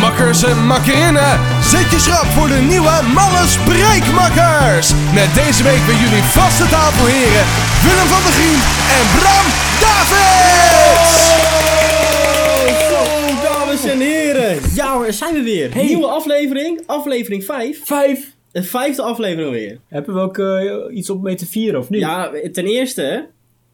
Haarlemse Macarena. Zet je schrap voor de nieuwe Malle Spreekmakkers. Met deze week bij jullie vaste tafelheren Willem van der Grien en Bram Davids. Zo, dames en heren. Ja hoor, daar zijn we weer. Nieuwe aflevering, aflevering 5. Vijf. De vijfde aflevering alweer. Hebben we ook eh, iets op mee te vieren of niet? Ja, ten eerste, hè,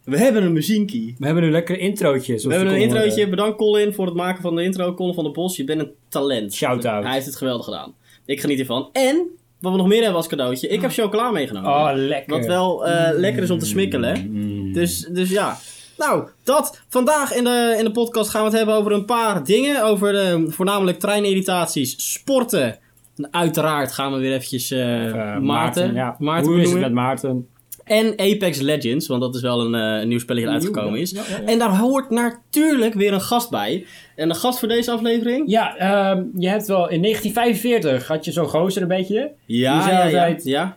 we hebben een muziekie. We hebben nu lekkere introotjes. We hebben een introotje. Bedankt Colin voor het maken van de intro. Colin van der Bos, je bent een talent. Shout-out. Hij heeft het geweldig gedaan. Ik geniet ervan. En, wat we nog meer hebben als cadeautje, ik heb chocola meegenomen. Oh, lekker. Mm. Wat wel eh, lekker is om te smikkelen. Dus, dus ja. Nou, dat. Vandaag in de, in de podcast gaan we het hebben over een paar dingen. Over eh, voornamelijk treinirritaties, sporten. En uiteraard gaan we weer eventjes eh, Eh, Maarten, ja. Maarten Hoe is het benoemen. met Maarten? En Apex Legends, want dat is wel een, eh, een nieuw spelletje dat Nieuw, uitgekomen is. ja, ja, ja. En daar hoort natuurlijk weer een gast bij. En de gast voor deze aflevering? Ja, ehm, je hebt wel... In 1945 had je zo'n gozer een beetje. Die zei ja, ja, altijd- ja.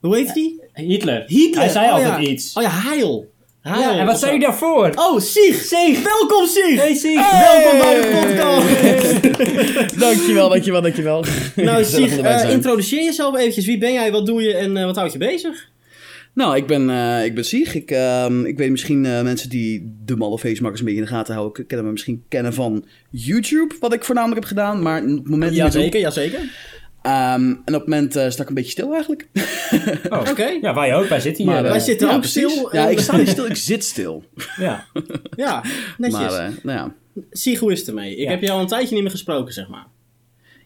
Hoe heet die? Hitler. Hitler. Hij zei Oh, altijd ja. iets. Oh ja, Heil. Heil. Ja, en wat Of zei zo. hij daarvoor? Oh, Sieg! Sieg. Welkom, Sieg! Hey, Sieg. Welkom bij de podcast! Dankjewel, dankjewel, dankjewel. nou, Gezellig om Sieg, erbij te eh, zijn. introduceer jezelf eventjes. Wie ben jij, wat doe je en eh, wat houdt je bezig? nou, ik ben, eh, ik ben Sieg. Ik, ehm, ik weet misschien eh, mensen die de malle feestmakkers een beetje in de gaten houden, k- kennen me misschien kennen van YouTube, wat ik voornamelijk heb gedaan. Maar op het moment Jazeker, jazeker. Ehm, en op het moment eh sta ik een beetje stil eigenlijk. Oh. Oké. Ja, wij ook. Wij zitten hier. Maar, eh, wij eh, zitten ja, ook precies. stil Ja, en- ik sta niet stil, ik zit stil. ja. Ja, netjes. Maar eh, nou ja. Sieg, hoe is het ermee? Ik Ja. heb je al een tijdje niet meer gesproken, zeg maar.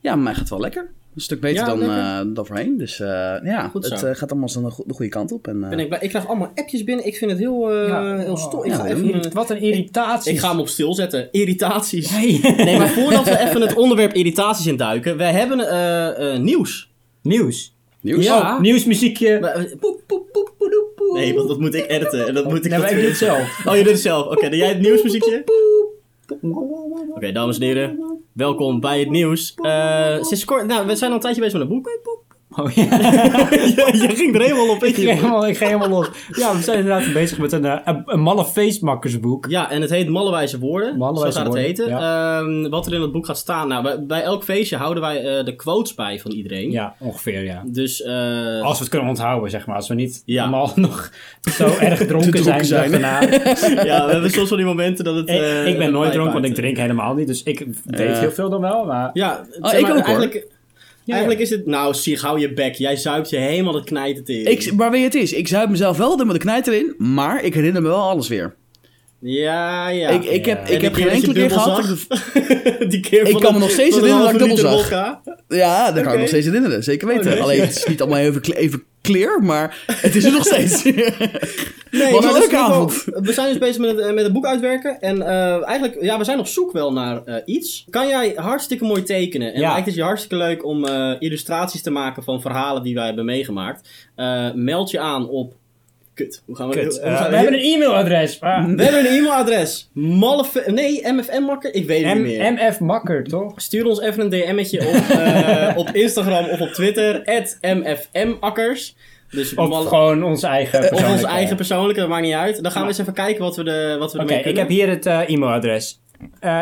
ja, maar mij gaat wel lekker. Een stuk beter Ja, dan, lekker. eh, dan voorheen. Dus eh, ja, Goed zo. het eh, gaat allemaal zo de go- de goede kant op. En, eh, Ben ik, blij- ik krijg allemaal appjes binnen. Ik vind het heel, eh, Ja. heel stom. Ik, Ja, ga dat even, Irrit- Wat een irritatie. ik ga hem op stil zetten. Irritaties. Hey. Nee, maar voordat we even het onderwerp irritaties induiken. We hebben eh, eh, nieuws. Nieuws. Nieuws? Ja. Oh, nieuwsmuziekje. Maar, eh, poep, poep, poep, poep, poep, poep. Nee, want dat moet ik editen. En dat moet ik Nee, maar ik doe het zelf. Oh, je doet het zelf. Oké, doe jij het nieuwsmuziekje? Oké, dames en heren. Welkom bij het nieuws. Eh, sinds kort, nou, we zijn al een tijdje bezig met een boek. Oh, ja. je, je ging er helemaal op ik, ging in. helemaal, ik ging helemaal los. Ja, we zijn inderdaad bezig met een, eh, een, een malle feestmakkersboek. Ja, en het heet Mallewijze Woorden. Mallewijze zo gaat het Woorden, heten. Ehm, wat er in het boek gaat staan. Nou, bij, bij elk feestje houden wij eh, de quotes bij van iedereen. Ja, ongeveer, ja. Dus Oh. eh, Als we het kunnen onthouden, zeg maar. Als we niet Ja. allemaal nog zo erg dronken zijn. dronken zijn. daarna. ja, we hebben soms wel die momenten dat het... Ik, eh, ik ben nooit bijbaat. dronken, want ik drink helemaal niet. Dus ik weet Ja. heel veel dan wel. Maar Ja, zeg Oh, ik maar, ook, hoor. eigenlijk, ja. eigenlijk is het... Nou, Sieg, hou je bek. Jij zuipt je helemaal het knijten tegen. Ik, maar weet je het is? Ik zuip mezelf wel door met de knijter in, maar ik herinner me wel alles weer. Ja, ja. ik ik En heb, En ik die heb geen dat je enkele keer dubbel gehad. dat zag? ik- die keer Ik van kan me een- nog steeds van een herinneren dat halve ik dubbel liter wodka. Ja, dat kan Oké. ik nog steeds herinneren. Zeker weten. Oh, nee. Alleen het is niet allemaal even, kle- even clear, maar het is er nog steeds. Nee, Was maar een dat is leuke in ieder avond. geval- We zijn dus bezig met het, met het boek uitwerken. En eh, eigenlijk, ja, we zijn op zoek wel naar eh, iets. Kan jij hartstikke mooi tekenen? En Ja. lijkt het je hartstikke leuk om eh, illustraties te maken van verhalen die wij hebben meegemaakt. Eh, meld je aan op... Kut, hoe gaan we... Kut. hoe Eh, gaan we hebben een e-mailadres. Ah, we hebben een e-mailadres. Mallefe... Nee, MFM-makker? Ik weet het niet meer. M- MF Makker, toch? Stuur ons even een DM'tje op, eh, op Instagram of op Twitter. MFMakkers. Dus Of malle- gewoon ons eigen Of persoonlijke. onze eigen persoonlijke, dat maakt niet uit. Dan gaan we Ja. eens even kijken wat we, de, wat we Oké, ermee ik kunnen. heb hier het eh, e-mailadres. Eh,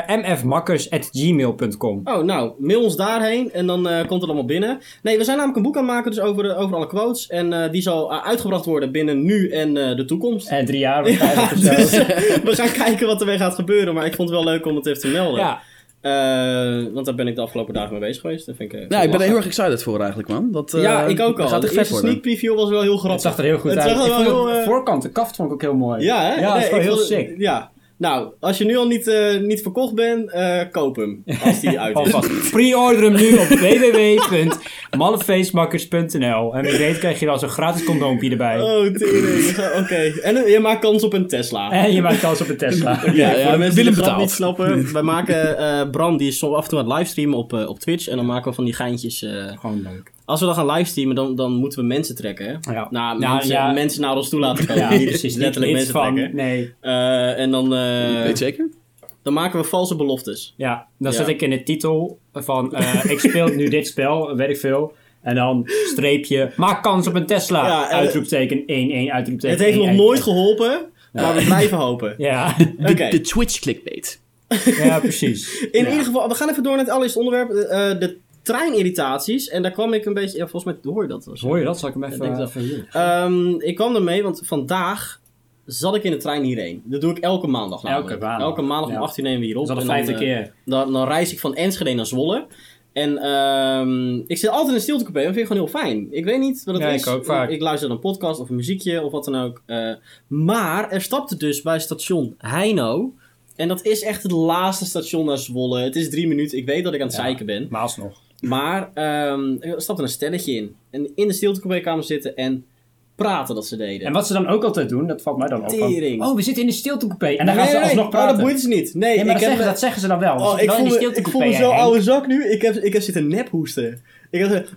mfmakkers.gmail.com Oh, nou, mail ons daarheen en dan eh, komt het allemaal binnen. Nee, we zijn namelijk een boek aan het maken dus over, de- over alle quotes. En eh, die zal eh, uitgebracht worden binnen nu en eh, de toekomst. En drie jaar waarschijnlijk of zo. Dus eh, we gaan kijken wat ermee gaat gebeuren. Maar ik vond het wel leuk om het even te melden. Ja, Eh, want daar ben ik de afgelopen dagen mee bezig geweest. Dat vind ik, eh, ja, ik ben er lachen. heel erg excited voor eigenlijk, man. Dat, eh, ja, ik ook dat al. Gaat De echt vet eerste worden. sneak preview was wel heel het grappig. zag er heel goed Het uit. zag er Ik wel vond heel, de eh, voorkant, de kaft vond ik ook heel mooi. Ja, hè? Ja, dat Nee, is wel ik heel vond- sick. Ja. Nou, als je nu al niet, eh, niet verkocht bent, eh, koop hem. Als die uit is. Alvast pre-order hem nu op www.mallefeestmakkers.nl En wie weet krijg je wel zo'n gratis condoompje erbij. Oh, tering. Oké. En eh, je maakt kans op een Tesla. En je maakt kans op een Tesla. Ja, voor ja, de mensen die Willem de grap betaalt. niet snappen. Wij maken eh Bram, die is soms af en toe aan het livestreamen op, eh, op Twitch. En dan maken we van die geintjes. eh, Gewoon leuk. als we dan gaan livestreamen, dan, dan moeten we mensen trekken. Hè? Ja. Nou, Nou, mensen, ja. mensen naar ons toe laten komen. Ja, Niet precies. Letterlijk Niet mensen van, trekken. nee. Eh, en dan, eh, Weet je zeker? dan maken we valse beloftes. Ja, dan Ja. zet ik in de titel van eh, ik speel nu dit spel, weet ik veel. En dan streepje, maak kans op een Tesla. Ja, en- uitroepteken 1, 1, uitroepteken Het heeft 1, nog nooit geholpen, maar we blijven hopen. Ja. Oké. De Twitch clickbait. Ja, precies. In Ja. ieder geval, we gaan even door naar het allereerste onderwerp. eh, de treinirritaties. En daar kwam ik een beetje... Ja, volgens mij hoor je dat wel zo. Hoor je dat? Zal ik hem even... eh, Ik denk dat even Ehm, ik kwam ermee, want vandaag zat ik in de trein hierheen. Dat doe ik elke maandag namelijk. Elke maandag. Elke maandag om Ja. 18 uur nemen we hierop. dat is al En de vijfde dan, eh, keer. Dan, dan reis ik van Enschede naar Zwolle. En ehm, ik zit altijd in een stiltecoupé. Dat vind ik gewoon heel fijn. Ik weet niet wat het Ja, is. ik ook vaak. Ik luister naar een podcast of een muziekje of wat dan ook. Eh, maar er stapte dus bij station Heino. En dat is echt het laatste station naar Zwolle. Het is drie minuten. Ik weet dat ik aan het Ja. zeiken ben. Maar alsnog. Maar ehm, er stapte een stelletje in. En in de stiltecoupé kwamen ze zitten en praten dat ze deden. En wat ze dan ook altijd doen, dat valt mij dan ook van, Tering. Oh, we zitten in de stiltecoupé. En dan gaan Nee, ze nee, nee. alsnog Oh, praten. dat boeit ze niet. Nee, ik Nee, maar dat, heb... zeggen, dat zeggen ze dan wel. Oh, ik wel voel, in de me, ik stiltecoupé voel me zo heen. oude zak nu. Ik heb, ik heb zitten nephoesten. Ik heb zitten...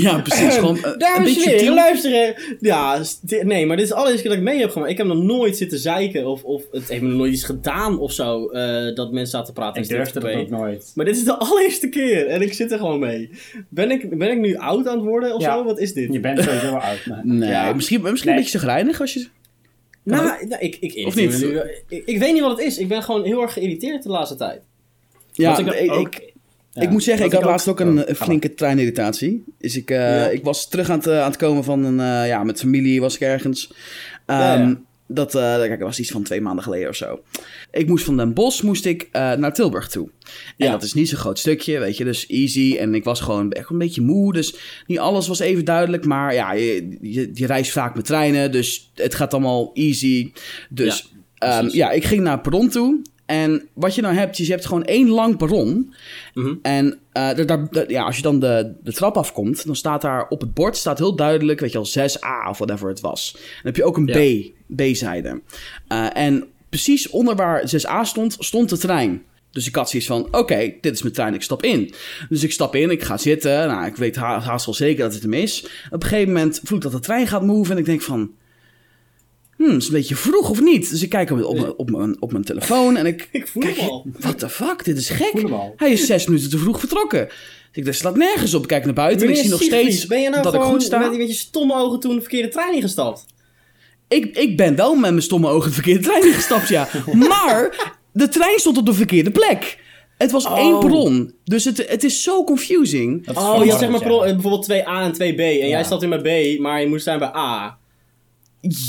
Ja, precies. Gewoon eh, een Dames en beetje heren, subtiel. luisteren. Ja, st- nee, maar dit is de allereerste keer dat ik mee heb gemaakt. Ik heb nog nooit zitten zeiken of, of het heeft me nog nooit iets gedaan of zo. eh, dat mensen zaten te praten. in Ik durfde dat stiltecoupé. ook nooit. Maar dit is de allereerste keer en ik zit er gewoon mee. Ben ik, ben ik nu oud aan het worden of Ja. zo? Wat is dit? Je bent sowieso wel oud. Oh, maar- Nee, Ja. misschien, misschien Nee. een beetje chagrijnig als je... Nou, nou, ik, ik, Of niet? ik- Ik, ik weet niet wat het is. Ik ben gewoon heel erg geïrriteerd de laatste tijd. Ja, Wat ik ik, ook- ik, Ja. ik moet zeggen, Wat ik had laatst ook een oh, eh, flinke treinirritatie. Dus ik, eh, Ja. ik was terug aan het, eh, aan het komen van een... eh, ja, met familie was ik ergens. Ehm, Ja. Dat, eh, kijk, dat was iets van twee maanden geleden of zo. Ik moest van Den Bosch moest ik, eh, naar Tilburg toe. En Ja. dat is niet zo'n groot stukje, weet je. Dus easy. En ik was gewoon echt een beetje moe. Dus niet alles was even duidelijk. Maar ja, je, je, je reist vaak met treinen. Dus het gaat allemaal easy. Dus Ehm, Precies. ja, ik ging naar het perron toe. En wat je nou hebt, is je hebt gewoon één lang perron. Mhm. En eh, daar- daar- daar- ja, als je dan de, de trap afkomt, dan staat daar op het bord staat heel duidelijk, weet je wel, 6a of whatever het was. Dan heb je ook een B, B-zijde. Eh, en precies onder waar 6a stond, stond de trein. Dus ik had zoiets van, oké, dit is mijn trein, ik stap in. Dus ik stap in, ik ga zitten. Nou, ik weet ha- haast wel zeker dat het hem is. Op een gegeven moment voel ik dat de trein gaat move en ik denk van... Hmm, is een beetje vroeg of niet? Dus ik kijk op, mijn- op, mijn- op, mijn, op mijn telefoon en ik... Ik voel kijk, hem al. What the fuck, dit is gek. voel hem al. Hij is zes minuten te vroeg vertrokken. Dus ik dat slaat nergens op. Ik kijk naar buiten en ik zie nog Meneer Siegfried, steeds ben je nou dat ik gewoon goed sta. Met, met je stomme ogen toen de verkeerde trein ingestapt. Ik, ik ben wel met mijn stomme ogen de verkeerde trein ingestapt, ja. Maar de trein stond op de verkeerde plek. Het was één bron. Dus het, het is zo confusing. Dat is Oh, verwarrend, je zegt maar ja. pro- eh, bijvoorbeeld 2A en 2B. En jij stapt in bij B, maar je moest zijn bij A.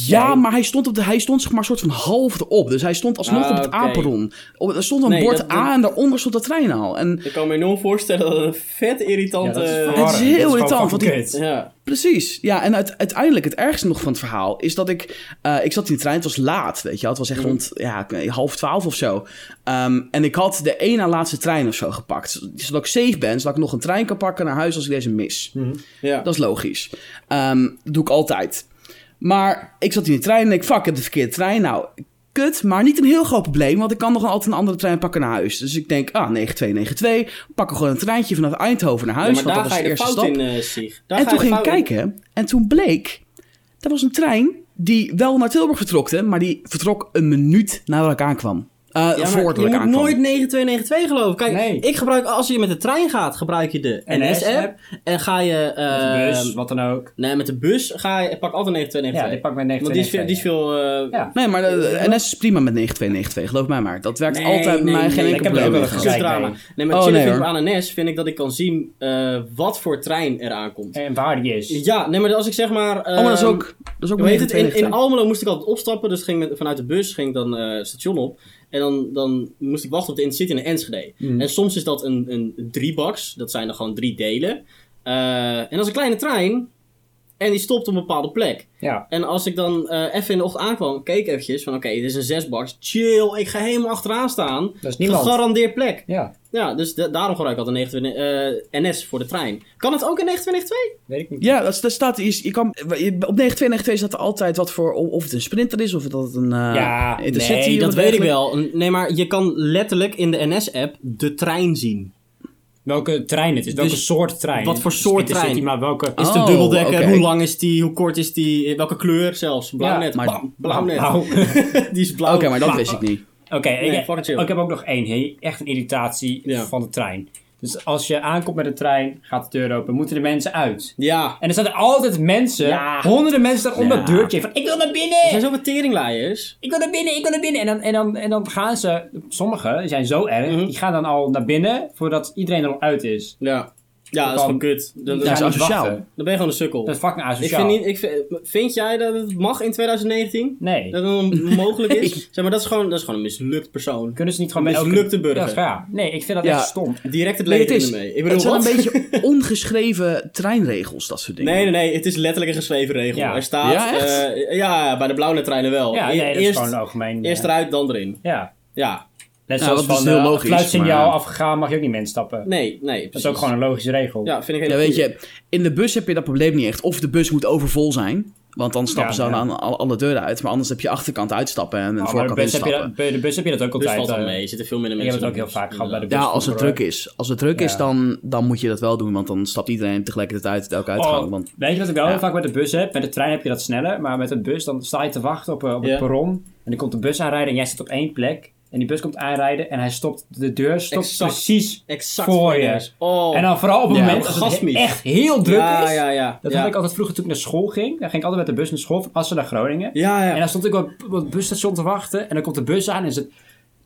Ja, maar hij stond, op de, hij stond zeg maar soort van half erop. Dus hij stond alsnog Ah, op het oké. A-perron. Op- Er stond een Nee, bord dat- A en daaronder stond de trein al. En Ik kan me enorm voorstellen dat het een vet Ja, irritante... dat is heel verwarrend. Dat is gewoon irritant, fucking want die- kut. ja. Precies. Ja, en uit- uiteindelijk het ergste nog van het verhaal is dat ik... eh, ik zat in de trein, het was laat, weet je wel. Het was echt Mhm. rond ja, half twaalf of zo. Ehm, en ik had de één na laatste trein of zo gepakt. Zodat ik safe ben, zodat ik nog een trein kan pakken naar huis als ik deze mis. Mhm. ja. Dat is logisch. Ehm, dat doe ik altijd. Maar ik zat in de trein en ik, fuck, ik heb de verkeerde trein. Nou, kut, maar niet een heel groot probleem, want ik kan nog altijd een andere trein pakken naar huis. Dus ik denk, ah, 9292, pakken gewoon een treintje vanaf Eindhoven naar Ja, huis. maar want daar dat ga was je de de eerste fout stap. in, eh Sieg. Daar En ga je toen de ging ik fout in. kijken en toen bleek, dat was een trein die wel naar Tilburg vertrokte, maar die vertrok een minuut nadat ik aankwam. Eh Ja, maar voordat je ik moet aankwam. nooit 9292 geloven. Kijk, Nee. ik gebruik, als je met de trein gaat, gebruik je de NS-app. En ga je... eh, Bus, wat dan ook. Nee, met de bus ga je, pak altijd 9292. Ja, die pak met Want die is veel... Die is 92. veel eh, Ja. Nee, maar de, NS is prima met 9292, geloof mij maar. Dat werkt altijd bij mij geen nee, Ik heb enkel er probleem. ook wel mee een gehad. gehad. goed drama. Nee. Nee, maar Oh, het chille nee, vind ik hoor. aan een NS vind ik dat ik kan zien eh, wat voor trein er aankomt. En waar die is. Ja, nee, maar als ik zeg maar... ehm, Oh, maar dat is ook, dat is ook Hoe heet het? In, 9292. in Almelo moest ik altijd opstappen, dus ging met, vanuit de bus ging ik dan eh, het station op. En dan, dan moest ik wachten op de Intercity in Enschede. Hmm. En soms is dat een, een driebox, dat zijn dan gewoon drie delen. Eh, en dat is een kleine trein en die stopt op een bepaalde plek. Ja. En als ik dan eh, even in de ochtend aankwam, keek eventjes van oké, dit is een zesbox. Chill, ik ga helemaal achteraan staan. Dat is niemand. Gegarandeerd plek. Ja, Ja, dus da- daarom gebruik ik altijd een 29, eh, NS voor de trein. Kan het ook in 9292? weet ik niet. Ja, dat, dat staat, je, je kan, je- op 9292 staat er altijd wat voor, of het een sprinter is, of dat het een eh Ja, intercity nee, of dat wat weet ik dergelijks. wel. Nee, maar je kan letterlijk in de NS-app de trein zien. Welke trein het is, welke Dus soort trein. wat voor soort Intercity, trein? maar welke... Is het Oh, een dubbeldekker? oké. Hoe lang is die? Hoe kort is die? Eh, Welke kleur zelfs? Blauw Ja, net. maar- Bam, blauw net. Blauw. die is blauw. Oké, maar dat wist ik niet. Oh, Oké, Nee, ik, fucking chill. ik heb ook nog één. Hey, echt een irritatie Ja. van de trein. Dus als je aankomt met de trein, gaat de deur open, moeten de mensen uit. Ja. En er staan er altijd mensen, Ja. honderden mensen staan om dat deurtje van ik wil naar binnen! Er zijn zoveel teringlaaiers. ik wil naar binnen, ik wil naar binnen. En dan, en dan, en dan gaan ze, sommigen zijn zo erg, die gaan dan al naar binnen voordat iedereen er al uit is. Ja. Ja, dat is gewoon kut. Dan, dan- Dat is Ja, niet asociaal. wachten. dan ben je gewoon een sukkel. Dat is fucking ik asociaal. vind, niet, ik vind, vind jij dat het mag in 2019? Nee. Dat het on- mogelijk is? Zeg maar, dat is, gewoon, dat is gewoon een mislukt persoon. Kunnen ze niet gewoon Een met elke- mislukte burger. Ja, dat is waar. Nee, ik vind dat Ja. echt stom. Direct het Nee, het leven is, ermee. Ik bedoel, het zijn wat? een beetje ongeschreven treinregels, dat soort dingen. Nee, nee, nee. Het is letterlijk een geschreven regel. Ja. Er staat... Ja, echt? eh, ja, bij de blauwe treinen wel. Ja, E- nee, dat is eerst, gewoon algemeen. eerst eh, eruit, dan erin. ja. Ja. Net Ja, zoals dat is van heel eh, logisch, fluitsignaal maar- afgegaan mag je ook niet meer instappen. Nee, nee. Dat is ook gewoon een logische regel. Nou, Ja, vind ik Dus Ja, helemaal weet je, in de bus heb je dat probleem niet echt. Of de bus moet overvol zijn, want dan stappen Ja, ze ja. aan alle, alle deuren uit. Maar anders heb je achterkant uitstappen en de Oh, maar de voorkant bus, heb je instappen. dat, bij de bus heb je dat ook Dus altijd. valt wel eh, mee. Er zitten veel minder Ik heb mensen. het ook in heel de vaak bus. gehad bij de bus. Ja, als het vroeger. druk is. Als het druk is, Ja. dan, dan moet je dat wel doen, want dan stapt iedereen tegelijkertijd uit elke uitgang. Oh, Want Weet je wat ik wel Ja. vaak met de bus heb? Met de trein heb je dat sneller, maar met een bus dan sta je te wachten op, eh, op Ja. het perron. En dan komt de bus aanrijden en jij zit op één plek. En die bus komt aanrijden en hij stopt, de deur stopt Exact. precies Exact voor je. neus. Oh. En dan vooral op het Ja, moment als het gasmies. echt heel druk ja, is. ja, ja. Dat ja. had ik altijd vroeger toen ik naar school ging. Dan ging ik altijd met de bus naar school van Assen naar Groningen. Ja, ja. En dan stond ik op op het busstation te wachten. En dan komt de bus aan en is het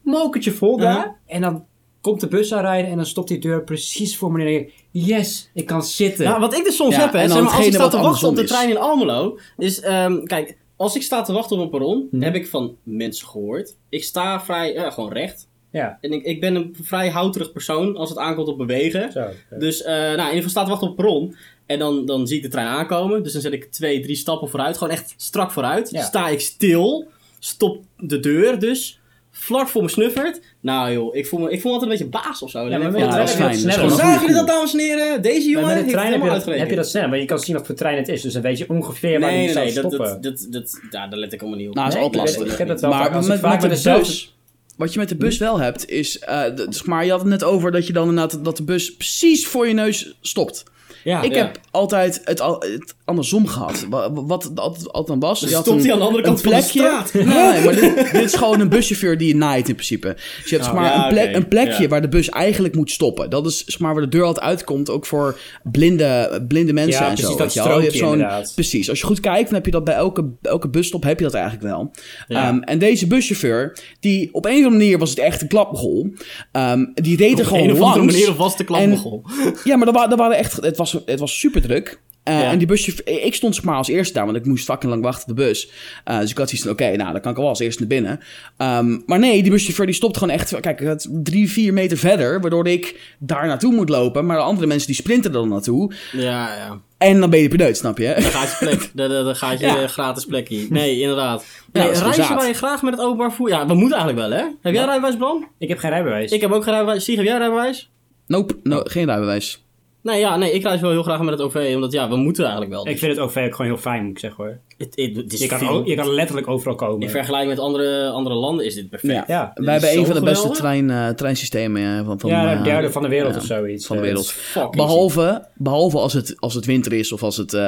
mokertje vol daar. Ja. En dan komt de bus aanrijden en dan stopt die deur precies voor me. En dan denk ik, yes, ik kan zitten. Nou, wat ik dus soms Ja, heb, hè, en dan zeg maar, als ik hetgene sta te wat wachten op de andersom trein in Almelo, is, ehm, kijk, als ik sta te wachten op een perron, Mhm. heb ik van mensen gehoord. Ik sta vrij, ja, gewoon recht. ja. En ik, ik ben een vrij houterig persoon als het aankomt op bewegen. Zo, oké. Dus, eh, nou, in ieder geval sta te wachten op het perron. En dan, dan zie ik de trein aankomen. Dus dan zet ik twee, drie stappen vooruit. Gewoon echt strak vooruit. Ja. Sta ik stil. Stop de deur dus. Vlak voor me snuffert. Nou joh, ik voel me, ik voel me altijd een beetje baas of zo. Dan Ja, maar denk ik met de van, ja, trein dat is heb je dat fijn. Dat sneller. is gewoon Zagen jullie dat, goed. dames en heren? Deze Maar jongen met de heeft trein heb je, helemaal dat, heb je uitgerekend. dat sneller. Want je kan zien wat voor trein het is. Dus dan weet je ongeveer waar Nee, nee, die zou nee, dat, stoppen. dat, dat, dat, ja, daar let ik allemaal niet op. Nou, dat is Nee, altijd ik lastig. weet- Ik heb het wel Maar vaak. Als ik met, vaak met de met bus, dezelfde- wat je met de bus wel hebt, is, eh, d- zeg maar, je had het net over dat je dan inderdaad, dat de bus precies voor je neus stopt. Ja. ik ja. heb altijd het, al- het andersom gehad. Wa- Wat, het altijd, altijd dan was. Dus je had stopt een- hij aan de andere een kant van de straat. Nee, maar dit, dit is gewoon een buschauffeur die je naait in principe. Dus je hebt zeg maar, Oh, ja, een, plek, oké. een plekje Ja. waar de bus eigenlijk moet stoppen. Dat is zeg maar, waar de deur altijd uitkomt, ook voor blinde, blinde mensen Ja, en precies, zo. dat weet je wel. je hebt strookje zo'n- inderdaad. Precies, als je goed kijkt, dan heb je dat bij elke, elke busstop heb je dat eigenlijk wel. Ehm, en deze buschauffeur, die op een of andere manier was het echt een klapmogel. Ehm, die deed er Op gewoon een of andere langs. manier een vaste klapmogel. Ja, maar er wa- er waren echt, het, was, het was super druk. Ja. En die busje, ik stond zeg maar als eerste daar, want ik moest fucking lang wachten op de bus. Eh, dus ik had zoiets van, oké, nou, dan kan ik wel als eerste naar binnen. Ehm, maar nee, die buschauffeur die stopt gewoon echt, kijk, het drie, vier meter verder, waardoor ik daar naartoe moet lopen. Maar de andere mensen die sprinten er dan naartoe. Ja, ja. En dan ben je peneut, snap je? Gratis plek. Dat- dat- dat gaat je Ja. eh, gratis plekje. Nee, inderdaad. Nee, dat is gewoon reizen zaad. waar je graag met het openbaar voer... Ja, we moeten eigenlijk wel, hè? Heb jij rijbewijs, Bram? Ik heb geen rijbewijs. Ik heb ook geen rijbewijs. Sieg, heb jij rijbewijs? Nope, no, geen rijbewijs. Nee, ja, nee, ik reis wel heel graag met het OV, omdat ja, we moeten eigenlijk wel. Ik vind het OV ook gewoon heel fijn, moet ik zeggen hoor. Het- het- het is Je kan, veel. ook- je kan letterlijk overal komen. In vergelijking met andere, andere landen is dit perfect. Ja. Ja. Wij hebben Zo een van de beste geweldig. trein, eh, treinsystemen eh, van, van ja, eh, een derde van de wereld ja, of zoiets. van de Eh, wereld. Fuck, Behalve, behalve als, het, als het winter is of als het eh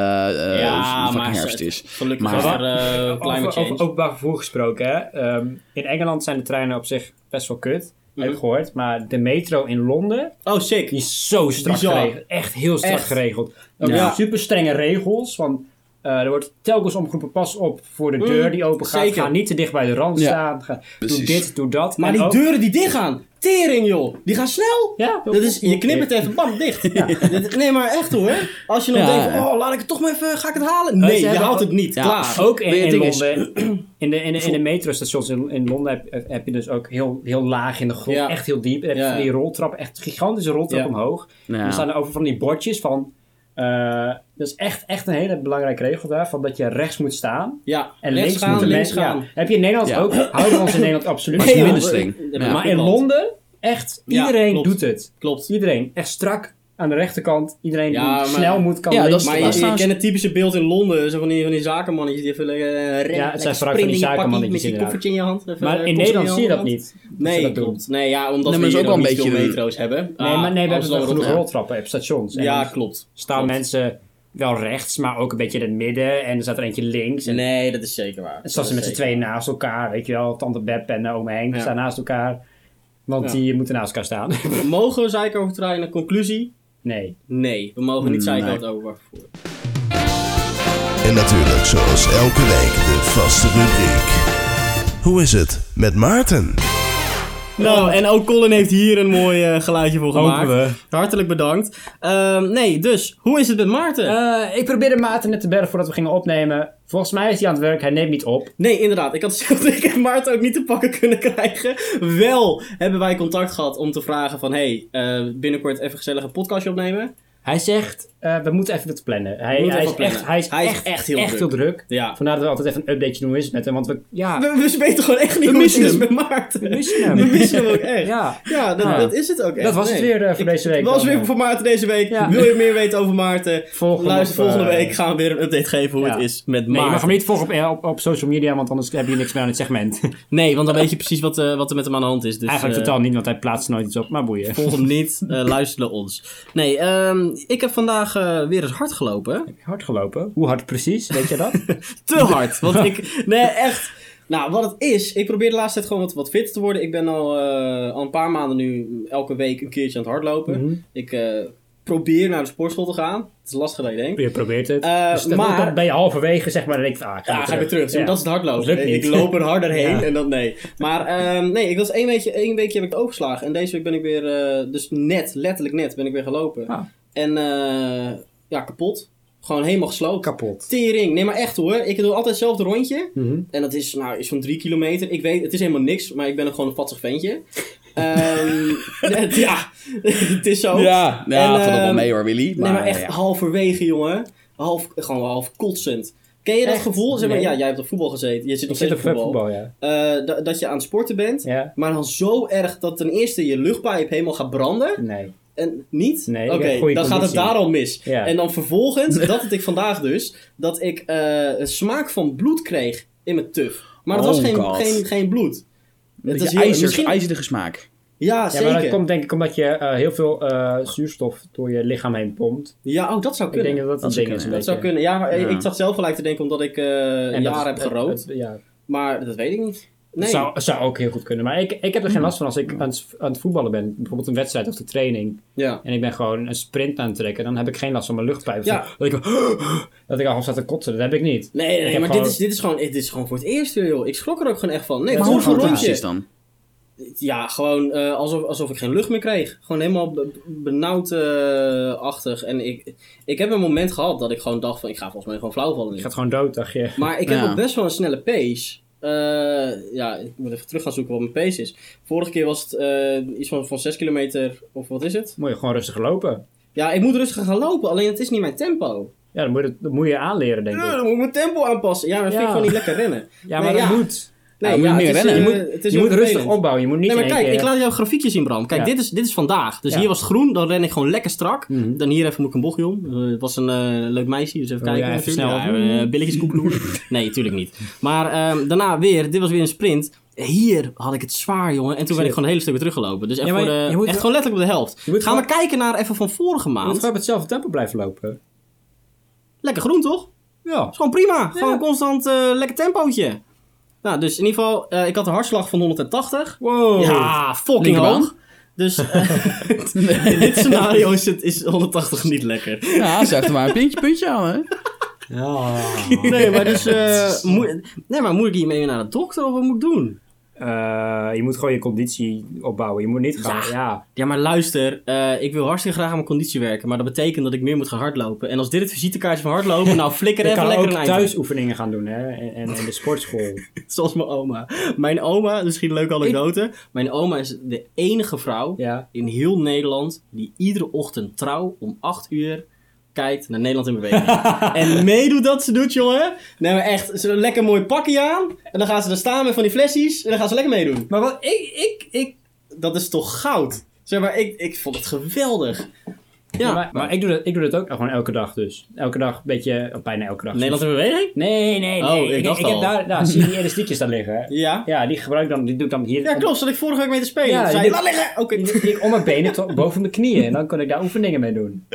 eh, ja, fucking maar herfst ze- is. Gelukkig Maar- is er eh, climate Over, change. over openbaar vervoer gesproken, hè. Ehm, in Engeland zijn de treinen op zich best wel kut. Heb Mhm. ik gehoord. Maar de metro in Londen, Oh, sick. die is zo strak Bizar. geregeld. Echt heel strak Echt. geregeld. Ook Ja. super strenge regels. Van, eh, er wordt telkens omgeroepen, pas op voor de deur die open gaat. zeker. Ga niet te dicht bij de rand Ja. staan. Ga, doe Precies. dit, doe dat. Maar En die ook- deuren die dichtgaan, tering joh, die gaan snel. Ja, dat is, je knipt het even, bam, dicht. Dit- Nee, maar echt hoor. Als je dan Ja, denkt, van, ja. oh, laat ik het toch maar even, ga ik het halen? Nee, ze je hebben Oh. haalt ook- het niet, Ja. klaar. Ook in, Weet je, in het ding Londen, in de, in de, in de metrostations in, in Londen heb, heb je dus ook heel, heel laag in de grond, Ja. echt heel diep. En heb je Ja. van die roltrap, echt gigantische roltrap Ja. omhoog. Ja. En er staan er over van die bordjes van, eh, dat is echt, echt een hele belangrijke regel daar, van dat je rechts moet staan. Ja, En rechts links gaan, moeten links mensen- gaan. ja. Heb je in Nederland Ja. ook, houden we ons in Nederland absoluut Maar het is niet Nee, minder joh, streng. dat- dat- Ja. Maar in klopt. Londen, echt, Ja, iedereen klopt. doet het. Klopt. Iedereen, echt strak aan de rechterkant. Iedereen Ja, die maar- snel moet, kan Ja, dat links. is- Maar Dat je, is je trouwens- kent het typische beeld in Londen, zo van die, van die zakenmannetjes die even lekker eh, rennen, zijn lekker vooral van die sprinten in je pakkie, zakenmannetjes met je inderdaad. koffertje in je hand. even, eh, Maar in koffie Nederland je zie je dat hand. niet. dat Nee, ze dat doen. klopt. Nee, ja, omdat Nee, we maar hier het is ook ook wel niet een veel beetje- metro's hebben. Nee, Ah, maar nee, we hebben Amsterdam toch genoeg Rotterdam. roltrappen op stations. En Ja, dan klopt. staan Klopt. mensen wel rechts, maar ook een beetje in het midden. En er staat er eentje links. En Nee, dat is zeker waar. dan staan ze Dat met is z'n zeker tweeën naast elkaar, weet je wel. Tante Beb en eh, oom Henk Ja. staan naast elkaar. Want Ja. die moeten naast elkaar staan. Mogen we zeiken over treinen? Conclusie? nee. Nee, we mogen niet Mm, zeiken nee. over het openbaar vervoer. En natuurlijk, zoals elke week, de vaste rubriek. Hoe is het met Maarten? Nou, en ook Colin heeft hier een mooi eh, geluidje voor gemaakt. Hopen Hartelijk bedankt. Ehm, nee, dus, hoe is het met Maarten? Eh, ik probeerde Maarten net te bellen voordat we gingen opnemen. Volgens mij is hij aan het werk. Hij neemt niet op. Nee, inderdaad. Ik had ik heb Maarten ook niet te pakken kunnen krijgen. Wel hebben wij contact gehad om te vragen van... hey, eh, binnenkort even gezellig een podcastje opnemen. Hij zegt, eh, we moeten even wat plannen. Hij, moeten even hij, is, plannen. Echt, hij is echt, echt heel druk. Ja. Vandaar dat we altijd even een updateje doen hoe is het met hem. Want we, ja, We, we weten gewoon echt niet hoe We het missen is hem. met Maarten. We missen hem. We missen hem ook echt. Ja, ja. dat, Ja. dat is het ook echt. Dat was het weer, eh, voor Ik- deze week Dat was dan, weer eh. voor Maarten deze week. Ja. Wil je meer weten over Maarten? Volg hem Luister, op, eh, volgende week gaan we weer een update geven hoe ja. het is met Nee, je mag Maarten. hem niet volgen op, eh, op, op social media, want anders heb je niks meer aan het segment. Nee, want dan weet je precies wat, eh, wat er met hem aan de hand is. Dus, Eigenlijk eh, totaal niet, want hij plaatst nooit iets op. Maar boeien. Volg hem niet, eh, luister naar ons. Nee, ehm, ik heb vandaag eh, weer eens hard gelopen. Hard gelopen. Hoe hard precies? Weet je dat? Te hard. Want ik. Nee, echt. Nou, wat het is, ik probeer de laatste tijd gewoon wat, wat fitter te worden. Ik ben al, eh, al een paar maanden nu elke week een keertje aan het hardlopen. Mhm. Ik eh, probeer naar de sportschool te gaan. Het is lastiger dan je denkt. Je probeert het. Eh, dus dan, maar- dan ben je halverwege, zeg maar, dan denk je, van, ah, ik ga Ja, weer ga ik weer terug. Zie je, Ja. Dat is het hardlopen. Dat lukt ik niet. loop er harder heen Ja. en dan nee. Maar ehm, nee, ik was één weekje, één weekje heb ik het overgeslagen. En deze week ben ik weer, eh, dus net, letterlijk net, ben ik weer gelopen. Ah. En eh, ja, kapot. Gewoon helemaal gesloopt. kapot. Tering. Nee, maar echt hoor. Ik doe altijd hetzelfde rondje. Mhm. En dat is, nou, is zo'n drie kilometer. Ik weet, het is helemaal niks, maar ik ben ook gewoon een vatsig ventje. Ehm, het- ja, het is zo. Ja, En, ja dat Nou, valt ook wel ehm, mee hoor, Willy. Nee, maar echt ja. halverwege, jongen. Half, gewoon half kotsend. Ken je dat Echt? gevoel? Zeg maar, Nee. ja, jij hebt op voetbal gezeten. Je zit Ik nog zit steeds op op voetbal. voetbal, ja. Eh, da- dat je aan het sporten bent. Ja. Maar dan zo erg dat ten eerste je luchtpijp helemaal gaat branden. Nee. En niet? Nee, ik Oké, heb dan goede gaat het conditie. daar al mis. Ja. En dan vervolgens, dat had ik vandaag dus, dat ik eh, een smaak van bloed kreeg in mijn tuf. Maar het Oh was geen, God. geen, geen bloed. Het is is heel- ijzer, misschien- ijzerige smaak. Ja, Ja, maar zeker. dat komt denk ik omdat je eh, heel veel eh, zuurstof door je lichaam heen pompt. Ja, oh, dat zou Ik kunnen. denk dat dat, Dat een zou ding is dat een kunnen, beetje. zou kunnen. Ja, maar Ja. ik zat zelf gelijk te denken omdat ik eh En dat jaren heb is- het- gerookt. het- ja. Maar dat weet ik niet. Nee. Hmm. Het zou, het zou ook heel goed kunnen. Maar ik, ik heb er geen last van als ik aan het, aan het voetballen ben. Bijvoorbeeld een wedstrijd of de training. Ja. En ik ben gewoon een sprint aan het trekken. Dan heb ik geen last van mijn luchtpijp. Ja. Of Dat ik, dat ik al half sta te kotsen. Dat heb ik niet. Nee, nee, Ik heb maar dit, gewoon- is, dit, is gewoon, dit is gewoon voor het eerst weer, joh. Ik schrok er ook gewoon echt van. Nee, Ja, het Maar was hoe gewoon een fantastisch rondje. dan? Ja, gewoon eh, alsof, alsof ik geen lucht meer kreeg. Gewoon helemaal be- benauwd-achtig. en ik, ik heb een moment gehad dat ik gewoon dacht van... Ik ga volgens mij gewoon flauw vallen. nu. Je gaat gewoon dood, dacht je. Maar ik heb Ja. ook best wel een snelle pace. Eh, ja, ik moet even terug gaan zoeken wat mijn pace is. Vorige keer was het eh, iets van, van 6 kilometer of wat is het? Moet je gewoon rustig lopen. Ja, ik moet rustig gaan lopen, alleen het is niet mijn tempo. Ja, dan moet je, dat moet je aanleren, denk Ja, ik. dan moet ik mijn tempo aanpassen. Ja, maar dat vind ik Ja. gewoon niet lekker rennen. Ja, Nee, maar ja. dat moet. Ja, dan moet je meer het is, rennen. eh, het is Je heel moet rustig vervelend. opbouwen. Je moet niet Nee, maar in één kijk, keer- ik laat jouw grafiekje zien, Bram. Kijk, Ja. dit, is, dit is vandaag. Dus Ja. hier was het groen, dan ren ik gewoon lekker strak. Mhm. Dan hier even moet ik een bochtje om. Eh, Het was een eh, leuk meisje, dus even Oh, kijken. ja, even natuurlijk. snel. Mhm. Ja, eh, billetjes koekeloeren. nee, tuurlijk niet. Maar ehm, daarna weer, dit was weer een sprint. Hier had ik het zwaar, jongen. En toen ben ik Shit. gewoon een hele stuk weer teruggelopen. Dus echt, Ja, maar voor de- je moet- echt gewoon letterlijk op de helft. Je moet Gaan we gewoon- kijken naar even van vorige Je moet maand. gewoon op hetzelfde tempo blijven lopen. Lekker groen, toch? Ja. Is gewoon prima. Gewoon een constant eh, lekker tempootje. Nou, dus in ieder geval, eh, ik had een hartslag van 180. Wow. Ja, fucking Linkerbaan. hoog. Dus eh, in dit scenario is, het, is 180 niet lekker. Ja, zeg er maar een puntje, puntje aan, hè? Ja. Nee, maar dus... eh, moet- nee, maar moet ik hiermee naar de dokter of wat moet ik doen? Eh, je moet gewoon je conditie opbouwen. Je moet niet gaan. Ja. Ja. Ja, maar luister, eh, ik wil hartstikke graag aan mijn conditie werken, maar dat betekent dat ik meer moet gaan hardlopen. En als dit het visitekaartje van hardlopen, nou flikker Je even kan lekker ook een eind. thuisoefeningen gaan doen, hè? En, en, en de sportschool. Zoals mijn oma. Mijn oma, misschien een leuke anekdote, mijn oma is de enige vrouw ja. in heel Nederland die iedere ochtend trouw om 8 uur kijkt naar Nederland in beweging. en meedoet dat ze doet, jongen. Nee, maar echt, ze een lekker mooi pakje aan. En dan gaan ze daar staan met van die flesjes. En dan gaan ze lekker meedoen. Maar wat, ik, ik, ik... Dat is toch goud? Zeg maar, ik, ik vond het geweldig. Ja, Ja, maar, maar ik, doe dat, ik doe dat ook gewoon elke dag dus. Elke dag, een beetje, oh, bijna elke dag. Nederland in beweging? Nee, nee, nee. Oh, ik dacht ik heb al. daar, daar zie je die elastiekjes daar liggen. hè? Ja. Ja, die gebruik ik dan, die doe ik dan hier. Ja, klopt. Zat ik vorige week mee te spelen. Ja, Toen je zei doet- laat liggen. Oké. Die die ik om mijn benen tot boven mijn knieën. En dan kon ik daar oefeningen mee doen.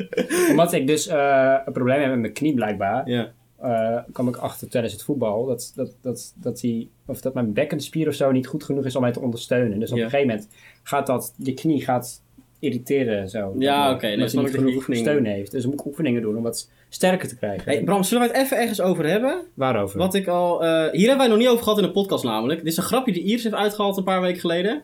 Omdat ik dus eh, een probleem heb met mijn knie blijkbaar. Ja. eh, kwam ik achter tijdens het voetbal dat, dat, dat, dat, die, of dat mijn bekkenspier of zo niet goed genoeg is om mij te ondersteunen. Dus op Ja. een gegeven moment gaat dat, je knie gaat irriteren zo. Ja, Omdat- oké, nee, snap Omdat hij ik niet dat je genoeg oefeningen- steun heeft. Dus dan moet ik oefeningen doen om dat sterker te krijgen. Hey, Bram, zullen we het even ergens over hebben? Waarover? Wat ik al. eh, hier hebben wij nog niet over gehad in de podcast, namelijk. Dit is een grapje die Iris heeft uitgehaald een paar weken geleden.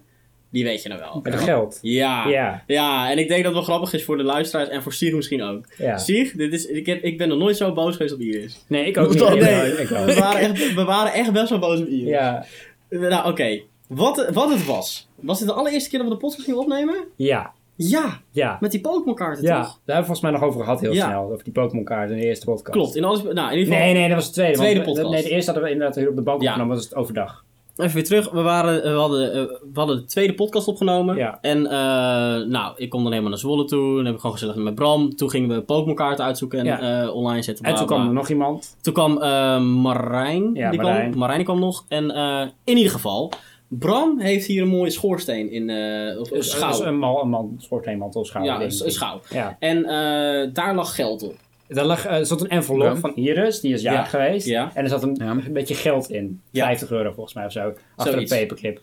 Die weet je nou wel. Met het geld. Ja. Ja. Ja, en ik denk dat het wel grappig is voor de luisteraars en voor Sieg misschien ook. Ja. Sieg, dit is, ik, heb, ik ben nog nooit zo boos geweest op Iris. Nee, ik ook niet. Nee, Ik nee. wel, ik wel. We, waren echt, we waren echt best wel boos op Iris. Ja, Eh, Nou, oké. Wat, wat het was. Was dit de allereerste keer dat we de podcast gingen opnemen? ja, Ja, ja. met die Pokémon-kaarten Ja, daar toch? hebben we volgens mij nog over gehad heel Ja. snel. Over die Pokémon kaart in de eerste podcast. Klopt. In alles, nou, in ieder geval, Nee, nee, dat was de tweede. want Tweede we- podcast. Nee, de eerste hadden we inderdaad hier op de bank Ja. opgenomen. was het overdag. Even weer terug. We, waren, eh, we, hadden, eh, we hadden de tweede podcast opgenomen. Ja. En eh, nou, ik kon dan helemaal naar Zwolle toe. Dan heb ik gewoon gezellig met Bram. Toen gingen we Pokémon kaarten uitzoeken en Ja. eh, online zetten. En bla, toen bla. kwam er nog iemand. Toen kwam eh, Marijn. Ja, die Marijn. Kwam, Marijn die kwam nog. En eh, in ieder geval, Bram heeft hier een mooie schoorsteen in. eh of, of Dus, schouw. dus een man, een man sporteenmantel of schouw. ja, denk een, ik. een schouw. Ja. En eh, daar lag geld op. Daar lag, eh, zat een envelop Ja. van Iris, die is jarig Ja. geweest. Ja. En er zat een, Ja. een beetje geld in. Ja. 50 euro volgens mij of zo. Achter Zoiets. een paperclip.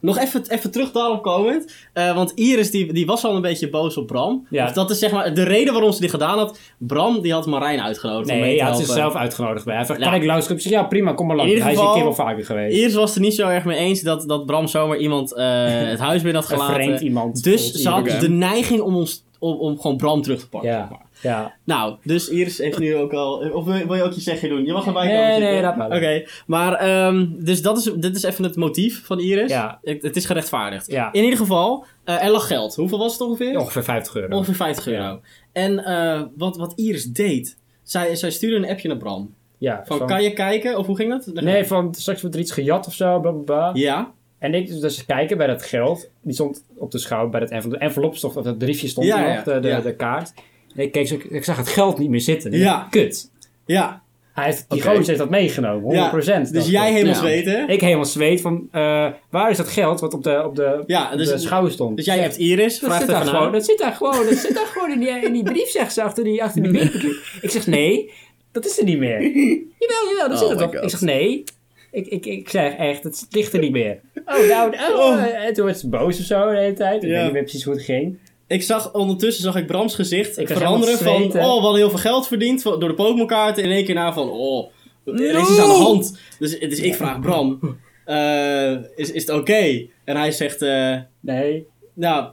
Nog even, even terug daarop komend. eh, want Iris die, die was al een beetje boos op Bram. Ja. Of dat is zeg maar de reden waarom ze dit gedaan had. Bram die had Marijn uitgenodigd om mee Nee, te ja, het is helpen. zelf uitgenodigd bij. Hij vraagt, Ja. kan ik luisteren? Ik zeg, ja prima, kom maar langs. In ieder Hij is een keer geval- wel vaker geweest. Iris was er niet zo erg mee eens dat, dat Bram zomaar iemand eh, het huis binnen had Een vreemd gelaten. iemand. Dus ze had Oké. de neiging om, ons, om, om gewoon Bram terug te pakken. zeg Ja, maar. ja. Nou, dus Iris heeft nu ook al... Of wil, wil je ook je zegje doen? Je mag erbij Nee, komen nee, zitten. laat maar. Oké, maar ehm, dus dat is, dit is even het motief van Iris. Ja. Het, het is gerechtvaardigd. Ja. In ieder geval, eh, er lag geld. Hoeveel was het ongeveer? Ongeveer 50 euro. Ongeveer 50 euro. Ja. En eh, wat, wat Iris deed, zij, zij stuurde een appje naar Bram. Ja, Van, van- kan je kijken? Of hoe ging dat? Dan- Nee, van straks wordt er iets gejat of zo, bla bla bla. Ja, En ik dus, dus kijken bij dat geld. Die stond op de schouw bij dat envelop. De envelop stond, of dat briefje stond Ja, er ja, nog, de, de, ja. de kaart. En ik, keek, zo- ik zag het geld niet meer zitten. Ja. Kut. ja, Hij heeft, die Oké. gozer heeft dat meegenomen, 100%. ja. Dus dacht ik. jij helemaal Ja. zweten. Ik helemaal zweet van, eh, waar is dat geld wat op de, op de, Ja, op dus- de schouw stond? Dus jij hebt Iris, dat vraagt zit, daar even gewoon, na. dat zit daar gewoon, dat zit daar gewoon in die, in die brief, zegt ze, achter die, achter die brief. Ik zeg, nee, dat is er niet meer. Jawel, jawel, dat Oh zit my er toch. God. Ik zeg, nee, ik, ik, ik zeg echt, het ligt er niet meer. Oh, nou, oh, eh, en toen werd ze boos of zo de hele tijd. Ik Ja. weet niet meer precies hoe het ging. Ik zag ondertussen zag ik Brams gezicht Ik was veranderen helemaal van, zweten. oh, we hadden heel veel geld verdiend van- door de Pokémon-kaarten. En in één keer na van, oh, er is iets aan de hand. Dus, dus ik vraag Bram, eh, is, is het oké? En hij zegt, eh, Nee, nou,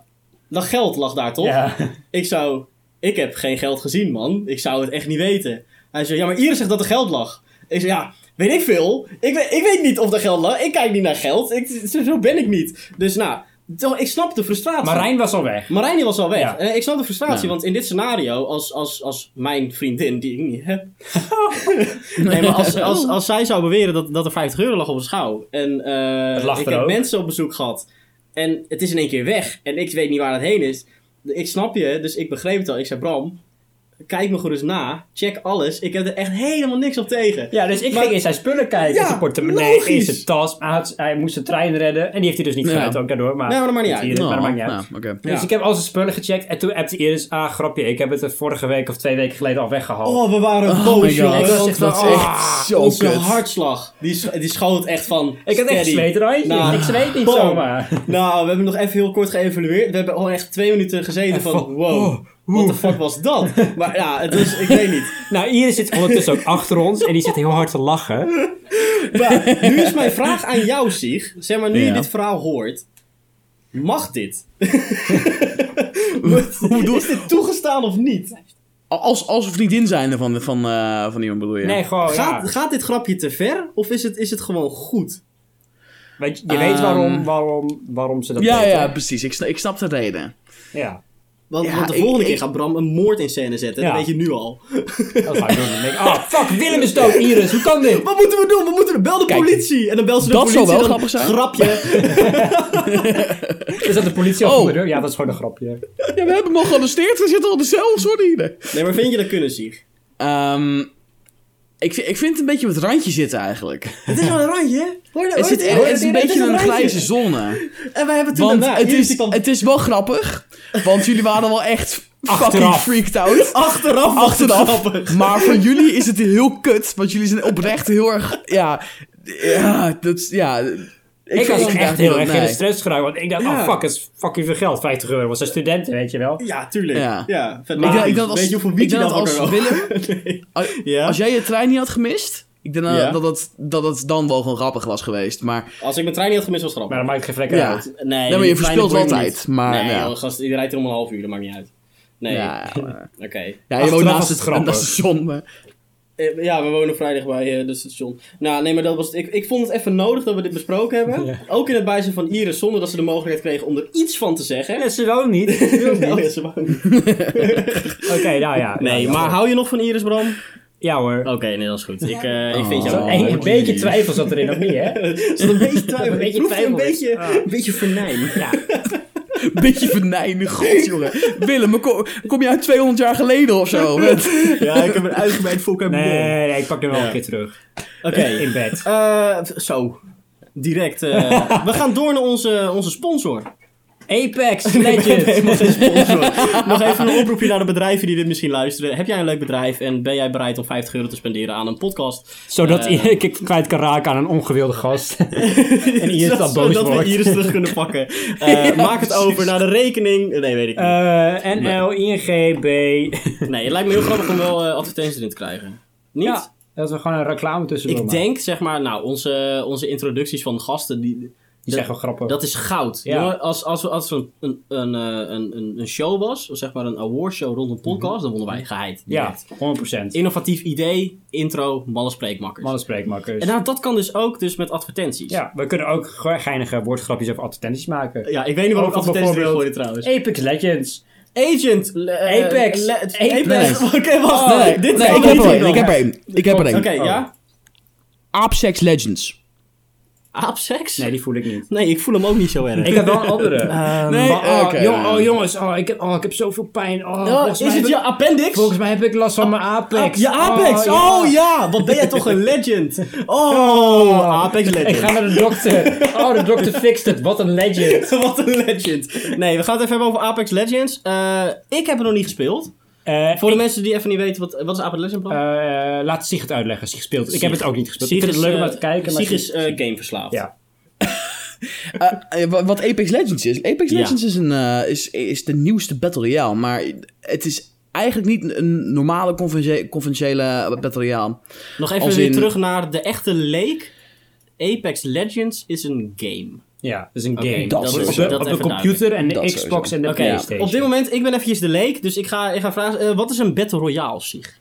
dat geld lag daar toch? ja. Ik zou... Ik heb geen geld gezien, man. Ik zou het echt niet weten. Hij zei, ja, maar Iris zegt dat er geld lag. Ik zei, ja, weet ik veel. Ik weet, ik weet niet of er geld lag. Ik kijk niet naar geld. Ik, zo zo ben ik niet. Dus nou, toch, ik snap de frustratie. Marijn was al weg. Marijn die was al weg. Ja. En ik snap de frustratie, Ja. want in dit scenario, als, als, als mijn vriendin, die ik niet heb... nee, maar als, als, als zij zou beweren dat, dat er 50 euro lag op een schouw... en eh, Het lag ik er heb ook. mensen op bezoek gehad... en het is in één keer weg en ik weet niet waar het heen is... ik snap je, dus ik begreep het al. Ik zei, Bram, kijk me goed eens na. Check alles. Ik heb er echt helemaal niks op tegen. Ja, dus ik Maar- ging in zijn spullen kijken, Ja, in zijn portemonnee, in logisch. zijn tas. Maar Hij, had- hij moest zijn trein redden en die heeft hij dus niet Ja. gered ook daardoor. Maar Nee, maar dat maakt niet dat uit. hier- maar dat maakt niet uit. nou, oké. Ja. Dus ik heb al zijn spullen gecheckt en toen appte Iris, ah grapje, ik heb het er vorige week of twee weken geleden al weggehaald. Oh, we waren my boos, God. joh. Ik was Want echt we- van, oh, Echt zo Onze kut. hartslag, die, sch- die schoot echt van ik had echt steady. zweetrandjes, Nou, ik zweet niet bam. zomaar. Nou, we hebben nog even heel kort geëvalueerd. We hebben al echt twee minuten gezeten van... oh, Wow, what the fuck was dat? Maar ja, het is... Ik weet niet. Nou, Iris zit ondertussen ook achter ons en die zit heel hard te lachen. Maar nu is mijn vraag aan jou, Sieg. Zeg maar, nu je Ja. dit verhaal hoort... Mag dit? is dit toegestaan of niet? Als, als vriendin zijnde van, van, eh, van iemand bedoel je? Nee, gewoon, ja. Gaat, gaat dit grapje te ver? Of is het, is het gewoon goed? Weet je, je weet waarom, Ehm, waarom, waarom ze dat Ja, deed, ja, hè? precies. Ik, sna- ik snap de reden. ja. Want, Ja, want de ik- volgende keer ik- gaat Bram een moord in scène zetten. Ja. Dat weet je nu al. Dat ga ik doen. Dan denk ik, ah fuck, Willem is dood, Iris, hoe kan dit? Wat moeten we doen? We moeten bel de politie. En dan bel ze de dat politie. zou wel dan- grappig zijn. Grapje. Is dat de politie al Oh. onder de deur? Ja, dat is gewoon een grapje. Ja, we hebben hem al gearresteerd. We zitten al op de cel, sorry. Nee. Nee, maar vind je dat kunnen, Sieg? Ehm, ik, vi- ik vind het een beetje op het randje zitten eigenlijk. Het is wel een randje, hè? Hoor je dat? Het, Hoor zit, je er- het is Hoor een je dat? beetje een randje. grijze zone. En wij hebben toen Want daarna... het Iris is, die kwam- het is wel grappig. Want jullie waren wel echt fucking Achteraf. freaked out. Achteraf was het grappig. Achteraf. Maar voor jullie is het heel kut. Want jullie zijn oprecht heel erg. Ja, ja dat is- Ja, Ik, vind was het echt niet- heel erg in de nee. stress geraakt. Want ik dacht, Ja. oh fuck, het is fucking veel geld. 50 euro, want zijn studenten, weet je wel. Ja, tuurlijk. Ja. Ja, vet Ik maar denk- ik denk dat Weet als- je hoeveel ik wiet je denk dan dat ook als Willem- nee. Als, Ja. als jij je trein niet had gemist, ik denk dat- Ja. dat, het, dat het dan wel gewoon grappig was geweest. Maar Als ik mijn trein niet had gemist, was het grappig. Maar dat maakt geen vlekken Ja. uit. Nee, maar die je trein verspilt boeit me wel niet. tijd, maar nee, ja. joh, gast, je rijdt er om een half uur, dat maakt niet uit. Nee, ja, oké. ja, je Achteraf woont was het naast het grappig. grappig. Dat is zonde. Eh, Ja, we wonen vrij dichtbij eh, de station. Nou, nee, maar dat was het. Ik, ik vond het even nodig dat we dit besproken hebben. Ja. Ook in het bijzijn van Iris, zonder dat ze de mogelijkheid kregen om er iets van te zeggen. Dat is er ook niet. Oh ja, ze wou niet. Oké, nou ja. Nee, Ja, maar hoor. hou Oh, je nog van Iris, Bram? Ja hoor. Oké, nee, dat is goed. Ik, eh, ik vind Oh. jou wel Eén- een leuk, beetje Iris. twijfel zat erin, of niet hè? Er zat een beetje twijfel. Een beetje Ik proefde een twijfel. beetje, Ah. een beetje vernijn. Ja. Beetje venijnig, god jongen. Willem, maar kom, kom je uit 200 jaar geleden of zo? Met- Ja, ik heb een uitgebreid volk Nee, nee, ik pak hem wel Ja. een keer terug. Oké. In bed. Eh, zo. Direct. eh, we gaan door naar onze, onze sponsor. Apex Nee, Legends. helemaal geen sponsor. Nog even een oproepje naar de bedrijven die dit misschien luisteren. Heb jij een leuk bedrijf en ben jij bereid om 50 euro te spenderen aan een podcast? Zodat Eh. ik het kwijt kan raken aan een ongewilde gast. en Iris Zodat- dan boos Zodat we wordt. Iris terug kunnen pakken. Eh, maak het over naar de rekening. Nee, weet ik niet. Eh, NL, ING, B. nee, het lijkt me heel grappig om wel eh, advertenties erin te krijgen. Niet? Ja, dat we gewoon een reclame tussen Ik denk, zeg maar, nou, onze, onze introducties van gasten, die, die Die zijn gewoon grappig. Dat is goud. Ja. Jongen, als, als, we- als er een, een, een, eh, een, een- een show was, of zeg maar een awardshow rond een podcast, dan wonnen wij geheid. Mhm. ja, direct. 100%. Innovatief idee, intro, malle spreekmakkers. Mannen spreekmakers. En nou, dat kan dus ook dus met advertenties. Ja, we kunnen ook ge- geinige woordgrapjes over advertenties maken. Ja, ik weet niet waarom ik Over advertenties erin bijvoorbeeld- gooide trouwens. Apex Legends. Agent! le- eh, Apex. le- Apex. Apex! Oké, wacht. nee, dit nee, kan ik heb niet er in een. Ik dan. heb er een. Ik heb er Oké, een. Oh. ja? Aapsex Legends. Aapseks? Nee, Nee, die voel ik niet. ik voel hem ook niet zo erg. Ik heb wel een andere. Ehm, Nee, Maar, oh, oké. jong- oh, jongens, oh, ik heb, oh, ik heb zoveel pijn. Oh, Oh, volgens, is mij het heb je ik, appendix? volgens mij heb ik last van mijn Apex. Ja, Apex! ja. Oh ja, wat ben jij toch een legend? Oh, Apex Ik ga Legend. naar de dokter. Oh, de dokter fixt het. Wat een legend. Wat een legend. Nee, we gaan het even hebben over Apex Legends. Eh, ik heb het nog niet gespeeld. Eh, Voor de mensen die even niet weten, wat, wat is Apex Legends? Bram? eh, laat Sieg het uitleggen. Sieg speelt. het. Ik heb het ook niet gespeeld. Sieg ik vind is, het leuk om eh, naar te kijken. Maar Sieg is eh, gameverslaafd. Ja. Eh, eh, wa- wat Apex Legends is. Apex Ja. Legends is, een, eh, is, is de nieuwste Battle Royale. Maar het is eigenlijk niet een normale conventie- conventionele Battle Royale. Nog even Als weer in- terug naar de echte leek. Apex Legends is game. game. Ja, dat is een Oké, game. dat is sowieso. op de, Dat op de even computer en de Dat Xbox sowieso. en de Oké, PlayStation. op dit moment, ik ben eventjes de leek, dus ik ga, ik ga vragen, eh, wat is een Battle Royale, Sieg?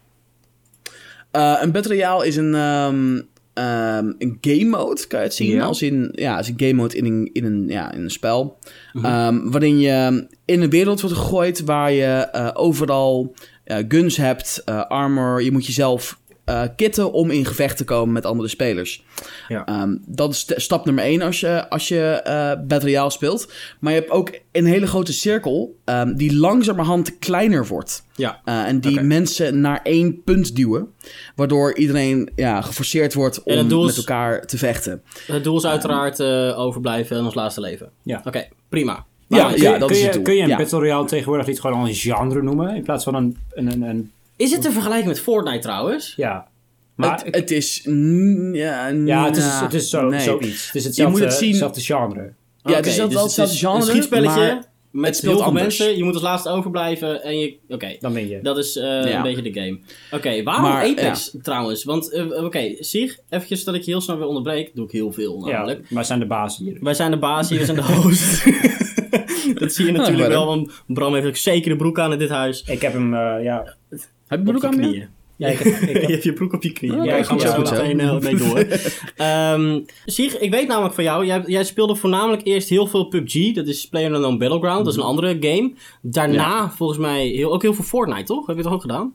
Eh, een Battle Royale is een, ehm, ehm, een game mode, kan je het zien? Ja. Als in, ja, is een game mode in een, in een, ja, in een spel. Mhm. Ehm, waarin je in een wereld wordt gegooid waar je eh, overal eh, guns hebt, eh, armor. Je moet jezelf eh, kitten om in gevecht te komen met andere spelers. Ja. Ehm, dat is de- stap nummer één als je, als je eh Battle Royale speelt. Maar je hebt ook een hele grote cirkel ehm, die langzamerhand kleiner wordt. Ja. Eh, en die mensen naar één punt duwen. Waardoor iedereen ja, geforceerd wordt En het om doel met is- elkaar te vechten. Het doel is uiteraard eh, overblijven en ons laatste leven. Ja. Oké, prima. Ja, Maar ja, kun, dat kun is je, het doel. Kun je een Ja. Battle Royale tegenwoordig niet gewoon al een genre noemen? In plaats van een... een, een, een- Is het te vergelijken met Fortnite trouwens? ja. Maar... het, het is... mm, Ja, ja, het is, nah, het is zo, nee. zoiets. Het is hetzelfde, Je moet het zien- hetzelfde genre. Ja, het is wel Oké, wel dus het hetzelfde is genre, Een schietspelletje maar met het speelt heel veel anders. mensen. Je moet als laatste overblijven en je... Oké, Dan ben je. dat is eh, Ja. een beetje de game. Oké, waarom Maar, Apex trouwens? Want, eh, oké, Sieg, eventjes dat ik je heel snel weer onderbreek. Doe ik heel veel Oh, namelijk. ja, wij zijn de baas hier. Wij zijn de baas, hier zijn de host. dat zie je natuurlijk verder. wel, want Bram heeft ook zeker de broek aan in dit huis. Ik heb hem, eh, ja... Heb je broek aan meer? Knieën. Ja, ik heb, ik Je heb- hebt je broek op je knieën. Oh, ja, oké, ik ga goed er zo, zo goed zo. meteen eh, mee door. Ehm Sieg, ik weet namelijk van jou, jij, jij speelde voornamelijk eerst heel veel PUBG. Dat is PlayerUnknown Battleground, dat is een Mhm. andere game. Daarna volgens mij heel, ook heel veel Fortnite, toch? Heb je dat ook gedaan?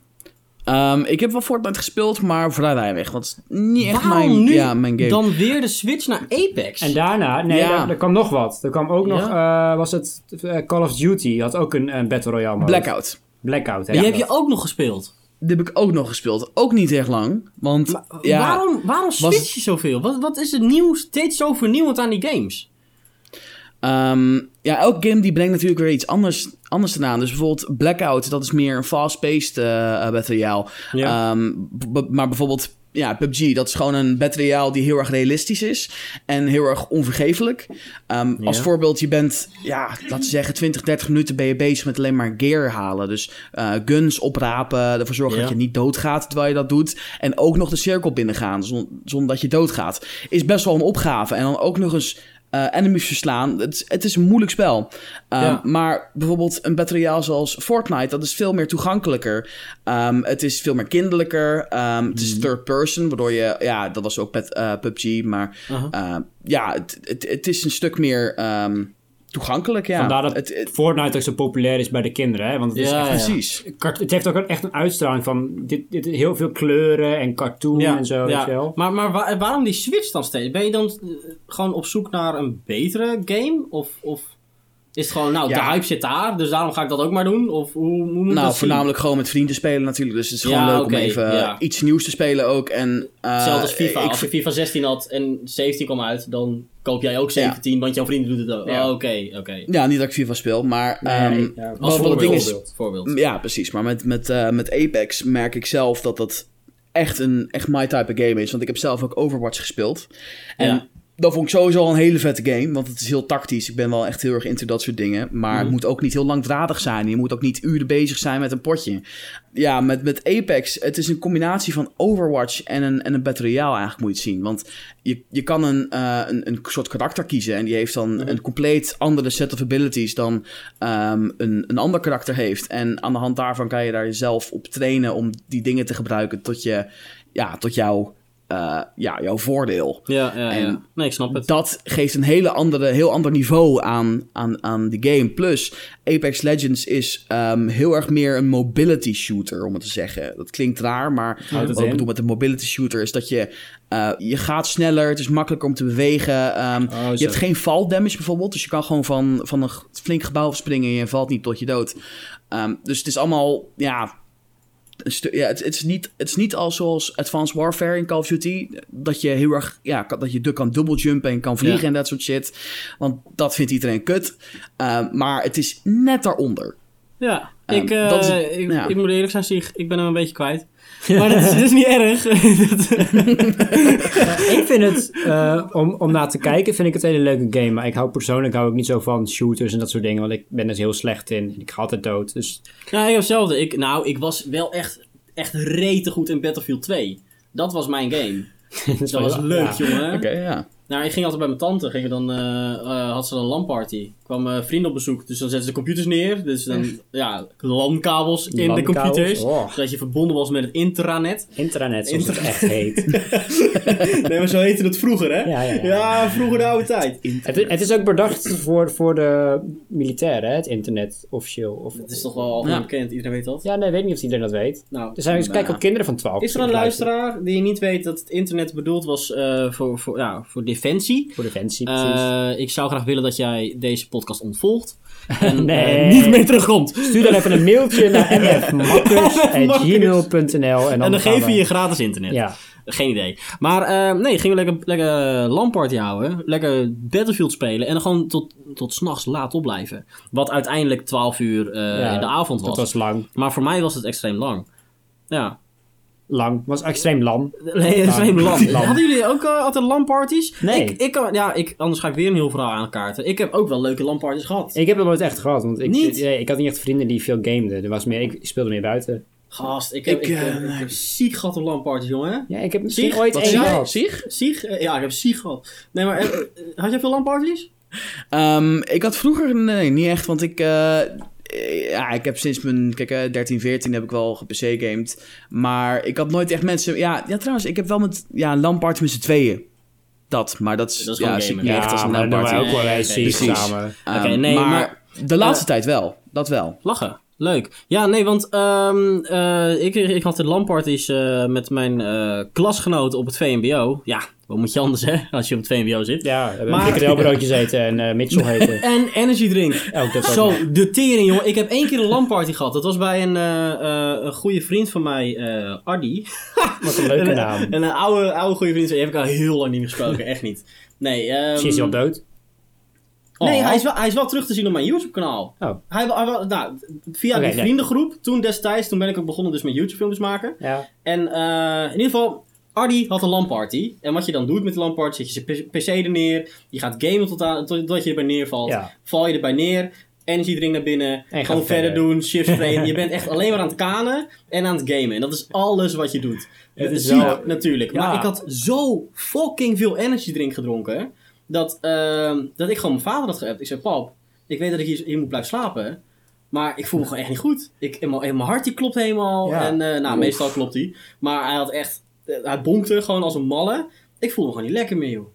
Ehm, ik heb wel Fortnite gespeeld, maar vrij weinig. Want het is niet echt Waarom mijn, nu ja, mijn game. dan weer de switch naar Apex? En daarna, nee, Ja. daar, er kwam nog wat. Er kwam ook nog, eh, was het eh, Call of Duty, had ook een, een Battle Royale mode. Blackout. Blackout, hè. Die heb je ook nog gespeeld. Die heb ik ook nog gespeeld. Ook niet echt lang. Want ja, waarom, waarom switch je zoveel? Wat, wat is het nieuws steeds zo vernieuwend aan die games? Ehm, ja, elke game die brengt natuurlijk weer iets anders, anders eraan. Dus bijvoorbeeld Blackout, dat is meer een fast-paced eh eh, battle royale. Ja. Ehm, b- b- maar bijvoorbeeld ja, PUBG, dat is gewoon een battle royale die heel erg realistisch is. En heel erg onvergeeflijk. Ehm, Als voorbeeld, je bent, ja, laten we zeggen, 20, 30 minuten ben je bezig met alleen maar gear halen. Dus eh, guns oprapen, ervoor zorgen Ja. dat je niet doodgaat terwijl je dat doet. En ook nog de cirkel binnengaan zon- zonder dat je doodgaat. Is best wel een opgave. En dan ook nog eens eh, enemies verslaan. Het, is- het is een moeilijk spel. Ehm, Ja. Maar bijvoorbeeld een battle royale zoals Fortnite, dat is veel meer toegankelijker. Ehm, het is veel meer kinderlijker. Ehm, Het Mhm. is third person, waardoor je, ja, dat was ook met eh, PUBG, maar Aha. eh, ja, het, het, het is een stuk meer ehm, toegankelijk. Ja. Vandaar dat het, het- Fortnite ook zo populair is bij de kinderen. Hè? Want het, is Ja, echt, precies. kart- het heeft ook echt een uitstraling van dit, dit, heel veel kleuren en cartoon Ja, en zo. ja. weet je wel. Maar, maar wa- waarom die switch dan steeds? Ben je dan eh, gewoon op zoek naar een betere game? Of, of is het gewoon, nou, Ja. de hype zit daar, dus daarom ga ik dat ook maar doen? Of hoe, hoe moet Nou, dat zien? voornamelijk gewoon met vrienden spelen natuurlijk. Dus het Ja, is gewoon leuk oké, om even ja. iets nieuws te spelen ook. En, eh, Hetzelfde als FIFA. ik- als je FIFA 16 had en 17 kwam uit, dan koop jij ook 17, want jouw vrienden doen het ook. Ja. Oh, Oké, oké. Ja, niet dat ik FIFA speel, maar... ehm, Nee, ja. wat- Als wat het ding is, voorbeeld. voorbeeld. Ja, precies. Maar met, met, eh, met Apex merk ik zelf dat dat echt, een, echt my type game is. Want ik heb zelf ook Overwatch gespeeld. En Ja. dat vond ik sowieso al een hele vette game. Want het is heel tactisch. Ik ben wel echt heel erg into dat soort dingen. Maar het moet ook niet heel langdradig zijn. Je moet ook niet uren bezig zijn met een potje. Ja, met, met Apex. Het is een combinatie van Overwatch en een, en een Battle Royale eigenlijk moet je het zien. Want je, je kan een, eh, een, een soort karakter kiezen. En die heeft dan een compleet andere set of abilities dan ehm, een, een ander karakter heeft. En aan de hand daarvan kan je daar jezelf op trainen om die dingen te gebruiken tot, je, ja, tot jouw, eh, ja, jouw voordeel. Ja, ja, ja. En- Nee, ik snap het. Dat geeft een hele andere, heel ander niveau aan, aan, aan de game. Plus, Apex Legends is ehm, heel erg meer een mobility shooter, om het te zeggen. Dat klinkt raar, maar Houdt het wat ik in? bedoel met een mobility shooter is dat je, eh, je gaat sneller, het is makkelijker om te bewegen. ehm, Oh, je zo. hebt geen fall damage bijvoorbeeld, dus je kan gewoon van, van een g- flink gebouw springen en je valt niet tot je dood. Ehm, dus het is allemaal, ja, een stu- ja, het, het, is niet, het is niet al zoals Advanced Warfare in Call of Duty. Dat je heel erg, ja, kan- dat je du- kan dubbeljumpen en kan vliegen Ja. en dat soort shit. Want dat vindt iedereen kut. Ehm, maar het is net daaronder. Ja, Ehm, ik, eh, dat is- ik, ja. ik moet eerlijk zijn, Sieg, ik ben hem een beetje kwijt. Maar dat is, dat is niet erg. Ik vind het, eh, om, om naar te kijken, vind ik het een hele leuke game. Maar ik hou persoonlijk hou ik niet zo van shooters en dat soort dingen. Want ik ben er heel slecht in. Ik ga altijd dood. Dus Ja, ik heb hetzelfde. Ik, nou, ik was wel echt, echt rete goed in Battlefield 2. Dat was mijn game. dat Dat was leuk, jongen. Oké, ja. Nou, ik ging altijd bij mijn tante. Ging er dan, eh, eh, had ze dan een LAN-party. Kwam eh vrienden op bezoek. Dus dan zetten ze de computers neer. Dus dan, ja, LAN-kabels in de LAN-kabels, computers. oh. Zodat je verbonden was met het intranet. Intranet, zoals het echt heet. nee, maar zo heette het vroeger, hè? Ja, ja, ja. vroeger de oude tijd. het, is- het is ook bedacht voor, voor de militairen, hè, het internet officieel. Of, Het is toch wel algemeen Ja. bekend. Iedereen weet dat. ja, Dus nee, ik weet niet of iedereen dat weet. Nou, Er zijn eens kijken op kinderen van 12. Is er een luisteraar die niet weet dat het internet bedoeld was eh, voor, voor, ja, voor defensie? Voor defensie, precies. Eh ik zou graag willen dat jij deze podcast ontvolgt. En eh, Nee. niet meer terugkomt. Stuur dan even een mailtje naar mfmakkers.gmail.nl En dan gaan geven we- we je gratis internet. Ja, Geen idee. Maar eh, nee, gingen we lekker, lekker LAN-party houden. Lekker Battlefield spelen. En dan gewoon tot, tot s'nachts laat opblijven. Wat uiteindelijk 12 uur eh, Ja, in de avond was. dat was lang. Maar voor mij was het extreem lang. Ja. Lang. was extreem lam. Nee, dat is een lam. Lam. Hadden jullie ook eh, altijd lamparties? Nee. Ik, ik, kan- ja, ik, anders ga ik weer een heel verhaal aan kaarten. Ik heb ook wel leuke lamparties gehad. Ik heb dat nooit echt gehad, want ik, Niet? nee, ik had niet echt vrienden die veel gameden. Er was meer, ik speelde meer buiten. Gast, ik heb, ik, Ik, heb- eh, ik nee. heb ziek gehad op lamparties, jongen. Ja, ik heb Zie misschien je? ooit Wat één zie je? gehad. Zie je? Zieg? Eh, Ja, ik heb ziek gehad. Nee, maar eh, eh, had jij veel lamparties? Ehm, ik had vroeger, nee, niet echt, want ik... eh, eh, ja, ik heb sinds mijn kijk, eh, 13, 14 heb ik wel gepc gamed. Maar ik had nooit echt mensen... Ja, ja trouwens, ik heb wel met ja, Lampard met z'n tweeën. Dat, maar dat is, Dat is ja, gewoon zie ik gamen. niet echt als een maar Lampard. dan waren we ook wel eens Nee, ziek precies. samen. Ehm, eh, Oké, nee, maar- de laatste tijd wel. Dat wel. Lachen. Leuk. Ja, nee, want ehm, eh, ik, ik had de lamparties eh, met mijn eh, klasgenoten op het VMBO. Ja, wat moet je anders, hè, als je op het VMBO zit. Ja, we hebben Maar- frikandelbroodjes eten en eh, Mitchell heten. En energy drink. Ook dat ook Zo, nog. de tering, jongen. Ik heb één keer een lamparty gehad. Dat was bij een, eh, eh, een goede vriend van mij, eh Ardi. Wat een leuke Een, naam. een oude, oude goede vriend van mij. Die heb ik al heel lang niet meer gesproken. Echt niet. Nee, ehm, Misschien is hij al dood. Nee, hij is, wel, hij is wel terug te zien op mijn YouTube-kanaal. Oh. Hij, wa- hij wa- nou, via Oké, die nee. vriendengroep, toen destijds, toen ben ik ook begonnen dus met YouTube-filmpjes maken. Ja. En eh, in ieder geval, Ardy had een LAN-party. En wat je dan doet met de LAN-party, zet je zijn pc er neer. Je gaat gamen tot aan, tot- totdat je erbij neervalt. Ja. Val je erbij neer, energy drink naar binnen. gaat gewoon verder. verder. doen, shifts trainen. je bent echt alleen maar aan het kanen en aan het gamen. En dat is alles wat je doet. Het is is ziek, wel- natuurlijk. Ja. Maar ik had zo fucking veel energy drink gedronken... dat, ehm, dat ik gewoon mijn vader had geappt. Ik zei, pap, ik weet dat ik hier, hier moet blijven slapen... Maar ik voel me gewoon echt niet goed. Ik, en mijn en mijn hartje klopt helemaal. Ja. En eh, nou, meestal klopt hij. Maar hij had echt... eh, Hij bonkte gewoon als een malle. Ik voelde me gewoon niet lekker meer, joh.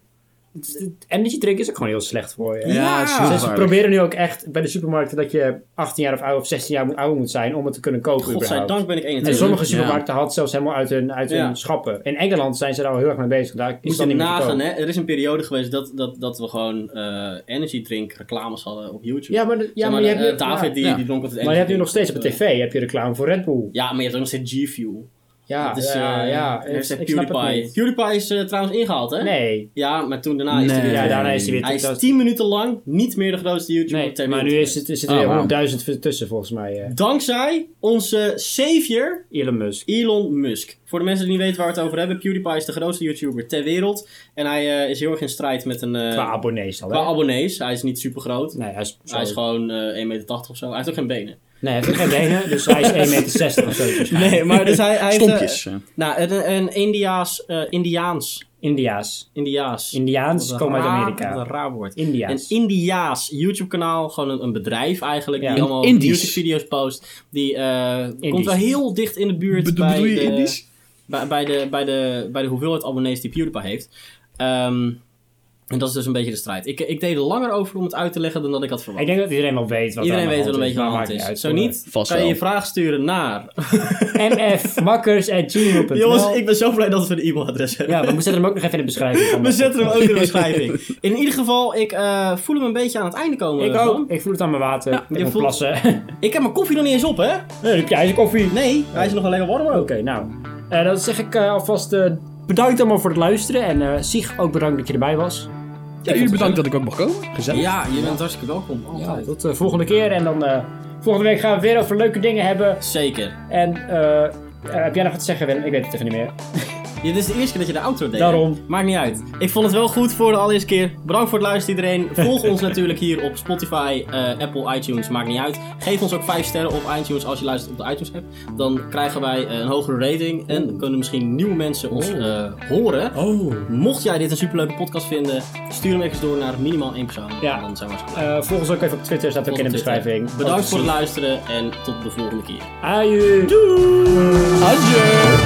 Energy drink is ook gewoon heel slecht voor je. Ja, is heel Dus ze gevaarlijk. proberen nu ook echt bij de supermarkten dat je 18 jaar of ouder of 16 jaar moet, ouder moet zijn om het te kunnen kopen. überhaupt. Godzijdank ben ik En 21. sommige Ja. supermarkten hadden het zelfs helemaal uit hun, uit hun Ja. schappen. In Engeland zijn ze daar al heel erg mee bezig. Daar is Moet dat je niet meer te nagaan, koop. hè? Er is een periode geweest dat, dat, dat we gewoon eh energy drink reclames hadden op YouTube. Ja, maar, de- ja, Zeg maar, je hebt, eh, nu- David ja. die, ja. die dronk altijd energy maar je hebt nu drink. nog steeds op de tv heb je reclame voor Red Bull. Ja, maar je hebt ook nog steeds G-Fuel. Ja, Dat is, ja, eh, ja. er is Ik- ik snap het PewDiePie. niet. PewDiePie is eh, trouwens ingehaald, hè? Nee, Ja, maar toen daarna is hij Nee. weer... ja, terug. daarna is hij weer Hij terug. is 10 minuten lang niet meer de grootste YouTuber Nee, ter maar wereld nu is geweest. het, is het Oh, weer wauw. 100.000 tussen volgens mij. eh Dankzij onze savior Elon Musk. Elon Musk. Voor de mensen die niet weten waar we het over hebben, PewDiePie is de grootste YouTuber ter wereld. En hij eh, is heel erg in strijd met een... eh, Qua abonnees al, hè? qua abonnees. Hij is niet super groot. Nee, hij is, Hij is gewoon eh 1,80 meter of zo. Hij heeft ook geen benen. Nee, hij heeft ook geen benen, dus hij is 1,60 meter of zo. waarschijnlijk. maar dus hij, hij Stompjes. eh. nou, een, een Indiaas, eh, Indiaans. India's. Indiaas. Indiaans Wat een komen uit raar- Amerika. Wat een raar woord. Een India's. Indiaas YouTube-kanaal, gewoon een, een bedrijf eigenlijk, Ja. die allemaal Indisch. YouTube-video's post. Die eh, komt wel heel dicht in de buurt Bedo- bij, Bedoel je de, Indisch? Bij, bij, de, bij, de, bij de hoeveelheid abonnees die PewDiePie heeft. Ehm, en dat is dus een beetje de strijd. Ik, ik deed er langer over om het uit te leggen dan dat ik had verwacht. Ik denk dat iedereen wel weet wat Iedereen er aan weet de wel een hand beetje wat maar aan de hand maakt is. uit. Zo niet, Vast kan je wel. je vraag sturen naar... mfmakkers.gmail.nl Jongens, ik ben zo blij dat we een e-mailadres hebben. Ja, we zetten hem ook nog even in de beschrijving. van We de zetten hem ook in de beschrijving. In ieder geval, ik eh, voel hem een beetje aan het einde komen. Ik man. ook. Ik voel het aan mijn water. ik je moet voelt- plassen. Ik heb mijn koffie nog niet eens op, hè? Nee, heb jij eens koffie? Nee, hij is nog wel lekker warm ook. Oké, nou. Eh, dan zeg ik eh, alvast eh, bedankt allemaal voor het luisteren. En eh Sieg, ook bedankt dat je erbij was. Ja, jullie bedankt dat ik ook mag komen. Gezellig. Ja, je bent hartstikke welkom. Altijd. Nou, tot de volgende keer. En dan eh, volgende week gaan we weer over leuke dingen hebben. Zeker. En eh, eh, heb jij nog wat te zeggen, Willem? Ik weet het even niet meer. Dit is de eerste keer dat je de outro deed. Daarom. hè? Maakt niet uit. Ik vond het wel goed voor de allereerste keer. Bedankt voor het luisteren iedereen. Volg ons natuurlijk hier op Spotify, eh, Apple, iTunes. Maakt niet uit. Geef ons ook 5 sterren op iTunes als je luistert op de iTunes app. Dan krijgen wij eh, een hogere rating. En kunnen misschien nieuwe mensen ons eh, horen. Oh. Mocht jij dit een superleuke podcast vinden, stuur hem even door naar minimaal één persoon. Ja. Dan zijn we zo blij. Eh, volg ons ook even op Twitter, staat ook in de Tot op Twitter. beschrijving. Bedankt voor het luisteren en tot de volgende keer. Adieu. Doei. Adieu.